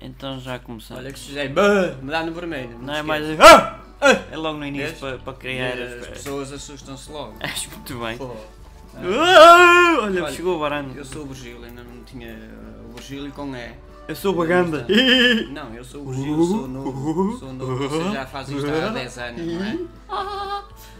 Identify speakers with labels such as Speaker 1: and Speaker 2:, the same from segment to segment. Speaker 1: Então já começamos.
Speaker 2: Olha que se fizer "Bah", me dá no vermelho.
Speaker 1: não é mais.
Speaker 2: esquece.
Speaker 1: Ah! Ah! É logo no início
Speaker 2: Vês?
Speaker 1: para, para
Speaker 2: E
Speaker 1: criar
Speaker 2: As
Speaker 1: as.
Speaker 2: pessoas assustam-se logo.
Speaker 1: Acho muito bem.
Speaker 2: Pô,
Speaker 1: Ah! Olha,
Speaker 2: Olha,
Speaker 1: chegou o barano.
Speaker 2: eu sou o Virgílio, ainda não tinha uh, o Virgílio com E.
Speaker 1: Eu sou o
Speaker 2: Baganda.
Speaker 1: Baganda.
Speaker 2: Não, eu sou o Virgílio, sou novo, sou novo, vocês já fazem isto há 10 anos, não é?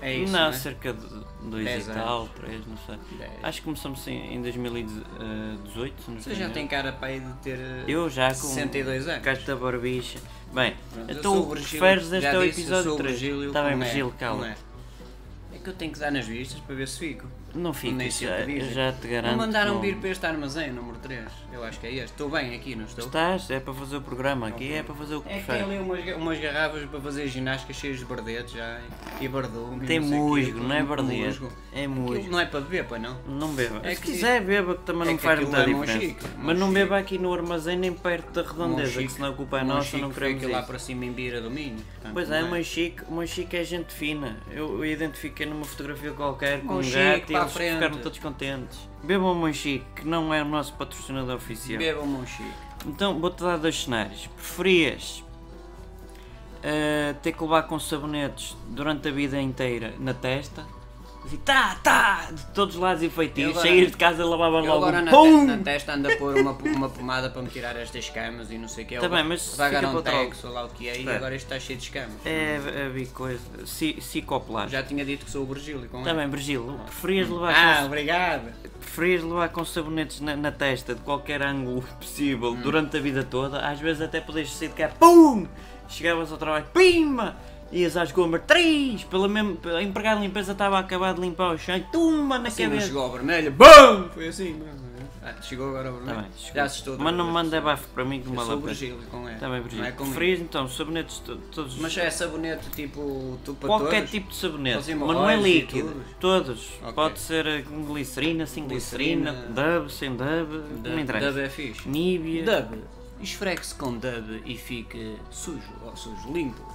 Speaker 2: É isso,
Speaker 1: não,
Speaker 2: não é?
Speaker 1: cerca de
Speaker 2: Dez
Speaker 1: 2 e
Speaker 2: anos.
Speaker 1: tal, 3, não sei.
Speaker 2: Dez.
Speaker 1: Acho que começamos em, em 2018. no
Speaker 2: É. Você já
Speaker 1: primeiro.
Speaker 2: tem cara para aí de ter uh,
Speaker 1: Eu já com.
Speaker 2: 62 anos.
Speaker 1: Casta barbicha. Bem,
Speaker 2: Pronto, eu
Speaker 1: então
Speaker 2: sou
Speaker 1: o que
Speaker 2: Virgílio,
Speaker 1: preferes
Speaker 2: já
Speaker 1: deste é o
Speaker 2: disse, eu sou
Speaker 1: episódio
Speaker 2: o
Speaker 1: 3.
Speaker 2: Virgílio
Speaker 1: Está bem,
Speaker 2: com E,
Speaker 1: Virgílio,
Speaker 2: com
Speaker 1: cala.
Speaker 2: E. É que eu tenho que dar nas vistas para ver se fico.
Speaker 1: Não fiques,
Speaker 2: Nesse
Speaker 1: já,
Speaker 2: eu te
Speaker 1: eu
Speaker 2: disse.
Speaker 1: já te garanto.
Speaker 2: Não mandaram
Speaker 1: que não-
Speaker 2: vir para este armazém, número 3. Eu acho que é este. Estou bem aqui, não estou?
Speaker 1: Estás? É para fazer o programa aqui, é para fazer o que
Speaker 2: É que tem
Speaker 1: preferes.
Speaker 2: ali umas, ga- umas garrafas para fazer ginástica cheias de bardetes já e bardume. e
Speaker 1: Tem
Speaker 2: não sei o quê,
Speaker 1: musgo,
Speaker 2: com-
Speaker 1: não é
Speaker 2: com
Speaker 1: verdade?
Speaker 2: musgo.
Speaker 1: É
Speaker 2: Aquilo
Speaker 1: musgo.
Speaker 2: não é para beber, pois não?
Speaker 1: Não beba.
Speaker 2: É
Speaker 1: se
Speaker 2: que-
Speaker 1: quiser, beba, que também
Speaker 2: é
Speaker 1: não
Speaker 2: que
Speaker 1: faz
Speaker 2: aquilo
Speaker 1: muita
Speaker 2: é mão
Speaker 1: diferença.
Speaker 2: chique, mão
Speaker 1: Mas não
Speaker 2: chique.
Speaker 1: beba aqui no armazém, nem perto da redondeza,
Speaker 2: Monchique-
Speaker 1: que senão a culpa é nossa,
Speaker 2: Monchique
Speaker 1: não
Speaker 2: foi
Speaker 1: queremos
Speaker 2: aquilo lá
Speaker 1: isso.
Speaker 2: para cima em Beira do Minho. portanto,
Speaker 1: Pois é,
Speaker 2: não
Speaker 1: mãe Chico, mãe Chico é gente fina. Eu, eu identifiquei numa fotografia qualquer com um
Speaker 2: Mãe Chico,
Speaker 1: gato e
Speaker 2: para a
Speaker 1: eles
Speaker 2: frente.
Speaker 1: ficaram todos contentes. Bebam mãe Chico, que não é o nosso patrocinador oficial.
Speaker 2: Beba um Monchique.
Speaker 1: Então vou-te dar dois cenários. Preferias ah, ter que levar com sabonetes durante a vida inteira na testa? E tá, tá, de todos os lados e
Speaker 2: Eu
Speaker 1: feitios,
Speaker 2: agora-
Speaker 1: sair de casa lavavas
Speaker 2: Eu
Speaker 1: logo
Speaker 2: agora
Speaker 1: um
Speaker 2: na,
Speaker 1: pum!
Speaker 2: te- na testa ando a pôr uma, po- uma pomada para me tirar estas escamas e não sei o que. é.
Speaker 1: Tá bem, mas fica
Speaker 2: Vagaron
Speaker 1: para trás.
Speaker 2: Tex, ou um lá o que é, e
Speaker 1: Espera.
Speaker 2: agora isto está cheio de escamas.
Speaker 1: É, é vi coisa, si, psicoplasma.
Speaker 2: Já tinha dito que sou o Virgílio com
Speaker 1: Tá
Speaker 2: ele.
Speaker 1: bem, Virgílio, preferias levar,
Speaker 2: Ah, obrigado.
Speaker 1: com, preferias levar com sabonetes na, na testa de qualquer ângulo possível
Speaker 2: Hum.
Speaker 1: durante a vida toda? Às vezes até podias sair de cá, pum! Chegavas ao trabalho, pimba! Ias às gomas, três! Pela mesma, a empregada de limpeza estava a acabar de limpar o chão e tumba na
Speaker 2: Sim, Assim, não
Speaker 1: cabeça!
Speaker 2: chegou ao vermelho. BAM! Foi assim. mesmo. Ah, chegou agora ao
Speaker 1: Tá
Speaker 2: vermelho.
Speaker 1: bem, desculpa.
Speaker 2: Já assustou. outra
Speaker 1: Mas não me
Speaker 2: vez.
Speaker 1: manda bafo para mim que
Speaker 2: Eu
Speaker 1: uma
Speaker 2: sou o
Speaker 1: lapra.
Speaker 2: Virgílio com ele.
Speaker 1: Tá bem,
Speaker 2: Não é
Speaker 1: Virgílio.
Speaker 2: comigo.
Speaker 1: Preferias então sabonetes to- todos os
Speaker 2: Mas é sabonete tipo tu para
Speaker 1: Qualquer
Speaker 2: todos?
Speaker 1: tipo de sabonete,
Speaker 2: Fazem
Speaker 1: mas não é
Speaker 2: hemorroides e
Speaker 1: líquido.
Speaker 2: tudo?
Speaker 1: Todos.
Speaker 2: Ok.
Speaker 1: Pode ser eh, com glicerina, sem glicerina,
Speaker 2: Glicerina.
Speaker 1: dub, sem dub, não
Speaker 2: Dub,
Speaker 1: interessa.
Speaker 2: dub é fixe.
Speaker 1: Nívia.
Speaker 2: Dub. Esfregue-se com dub e fique sujo, ou sujo, limpo.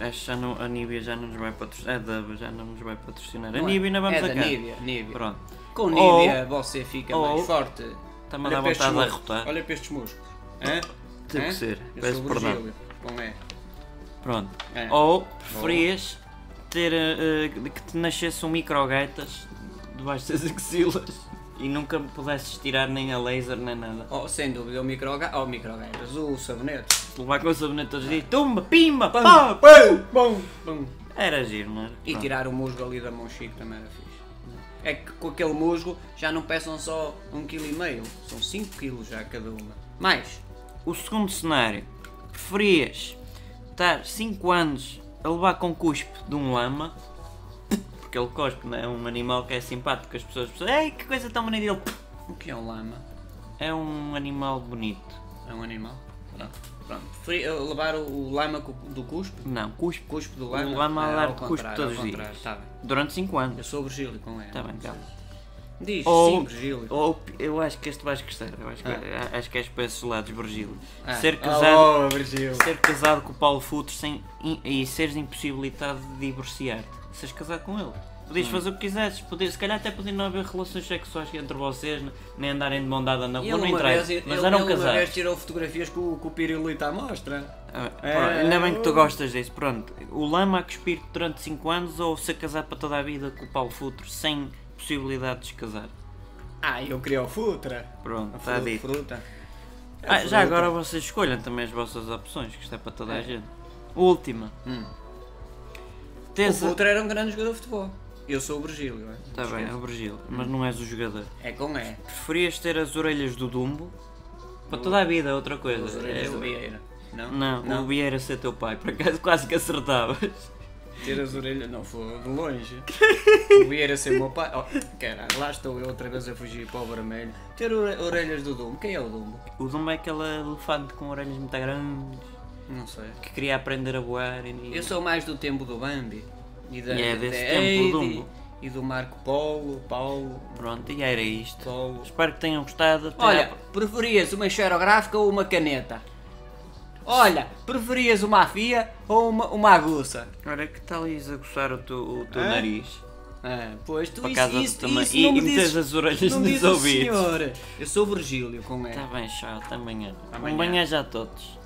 Speaker 1: Acho que já não, a Nívia já não nos vai patrocinar. A dub já não nos vai patrocinar. A
Speaker 2: Não é?
Speaker 1: Nívia ainda vamos
Speaker 2: é
Speaker 1: a
Speaker 2: da
Speaker 1: cá.
Speaker 2: Nívia, Nívia.
Speaker 1: Pronto.
Speaker 2: Com
Speaker 1: Ou-
Speaker 2: Nívia você fica
Speaker 1: ou-
Speaker 2: mais forte.
Speaker 1: Está-me a
Speaker 2: Olha
Speaker 1: dar
Speaker 2: para estes
Speaker 1: vontade de
Speaker 2: músculos.
Speaker 1: arrotar.
Speaker 2: Olha para estes músculos. Hã?
Speaker 1: Tem
Speaker 2: Hã?
Speaker 1: que ser.
Speaker 2: Eu
Speaker 1: Peço
Speaker 2: sou o
Speaker 1: perdão.
Speaker 2: Virgílio, Como é?
Speaker 1: Pronto.
Speaker 2: É.
Speaker 1: Ou preferias ter eh, eh, que te nascesse um microgaitas debaixo das axilas e nunca me pudesses tirar nem a laser nem nada.
Speaker 2: Oh, sem dúvida, o microga... oh, microgaitas, o sabonete.
Speaker 1: Levar com o sabonete todos os dias, tumba, pimba, Ah, pá,
Speaker 2: Pum, pum, pum, pum.
Speaker 1: Era giro, não era?
Speaker 2: E
Speaker 1: Pronto.
Speaker 2: tirar o musgo ali da mão chique também era fixe. É que com aquele musgo já não pesam só 1,5 kg, são 5 kg já cada uma. Mais,
Speaker 1: O segundo cenário, preferias estar 5 anos a levar com cuspe de um lama, porque ele cospe, não é? É um animal que é simpático, as pessoas pensam, ei, que coisa tão bonita, ele
Speaker 2: o que é um lama?
Speaker 1: é um animal bonito.
Speaker 2: É um animal? Pronto, pronto. Preferi- eh, levar o, o lama co- do cuspe?
Speaker 1: Não, cuspe
Speaker 2: Cuspe do lama?
Speaker 1: O lama a
Speaker 2: Ah,
Speaker 1: dar
Speaker 2: ao
Speaker 1: cuspe
Speaker 2: contrário,
Speaker 1: todos
Speaker 2: ao
Speaker 1: os
Speaker 2: contrário,
Speaker 1: dias.
Speaker 2: Tá bem.
Speaker 1: durante 5
Speaker 2: Eu
Speaker 1: anos.
Speaker 2: sou o Virgílio com ela.
Speaker 1: Está bem, calma.
Speaker 2: Diz,
Speaker 1: Ou-
Speaker 2: sim, Virgílio.
Speaker 1: Ou, eu acho que este vais gostar, eu acho que, é, acho que és para esses lados, Virgílio.
Speaker 2: Ah.
Speaker 1: Ser casado
Speaker 2: Oh, Virgílio.
Speaker 1: Ser casado com o Paulo Futre sem, e seres impossibilitado de divorciar-te. Seres casado com ele. Podias fazer o que quisesses, podias, se calhar até podiam não haver relações sexuais entre vocês, ne- nem andarem de mão dada na
Speaker 2: Ele
Speaker 1: rua, nem
Speaker 2: uma,
Speaker 1: traz.
Speaker 2: vez,
Speaker 1: Mas
Speaker 2: ele-
Speaker 1: eram
Speaker 2: ele uma vez
Speaker 1: casados.
Speaker 2: tirou fotografias com, o- com o pirulito à mostra.
Speaker 1: Ah, pronto,
Speaker 2: É.
Speaker 1: Ainda bem que tu gostas disso. Pronto, o lama a cuspir durante 5 anos ou ser casado para toda a vida com o Paulo Futre sem possibilidade de se casar.
Speaker 2: Ah, eu queria o Futra.
Speaker 1: Pronto,
Speaker 2: A
Speaker 1: está
Speaker 2: fru-
Speaker 1: dito.
Speaker 2: fruta. É
Speaker 1: Ah, já
Speaker 2: fruta.
Speaker 1: agora vocês escolhem também as vossas opções, que isto é para toda a gente. Última.
Speaker 2: Hum. O
Speaker 1: Tens a-
Speaker 2: Futra era um grande jogador de futebol. Eu sou o Virgílio, é?
Speaker 1: Tá bem, é o Virgílio, mas não és o jogador.
Speaker 2: É com E.
Speaker 1: Preferias ter as orelhas do Dumbo? Para toda a vida, é outra coisa.
Speaker 2: As orelhas
Speaker 1: É,
Speaker 2: do Vieira. Não?
Speaker 1: Não, o Vieira ser teu pai, por acaso quase que acertavas.
Speaker 2: Ter as orelhas. Não, foi de longe. o Vieira ser meu pai. Oh, caralho, lá estou eu outra vez a fugir para o vermelho. Ter ore- orelhas do Dumbo. Quem é o Dumbo?
Speaker 1: O Dumbo é aquele elefante com orelhas muito grandes
Speaker 2: Não sei.
Speaker 1: que queria aprender a voar e.
Speaker 2: Eu sou mais do tempo do Bambi. E da,
Speaker 1: E é desse
Speaker 2: da
Speaker 1: tempo do
Speaker 2: Heidi,
Speaker 1: Dumbo.
Speaker 2: E do Marco Polo, Paulo,
Speaker 1: Pronto, e era isto.
Speaker 2: Paulo.
Speaker 1: Espero que tenham gostado. Até
Speaker 2: Olha,
Speaker 1: à-
Speaker 2: preferias uma esferográfica ou uma caneta? Olha, preferias uma afia ou uma, uma aguça?
Speaker 1: Ora, é que tal ires a coçar o teu, o teu
Speaker 2: Hã?
Speaker 1: nariz?
Speaker 2: Ah, pois tu
Speaker 1: Por
Speaker 2: isso,
Speaker 1: acaso
Speaker 2: isso,
Speaker 1: também-
Speaker 2: isso
Speaker 1: e-
Speaker 2: não me
Speaker 1: e metes
Speaker 2: dizes,
Speaker 1: as orelhas
Speaker 2: não
Speaker 1: nos
Speaker 2: dizes o
Speaker 1: ouvidos.
Speaker 2: senhor. Eu sou o Virgílio, como é?
Speaker 1: Está bem, tchau, Tá até amanhã. Um
Speaker 2: Amanhã.
Speaker 1: banhar já a todos.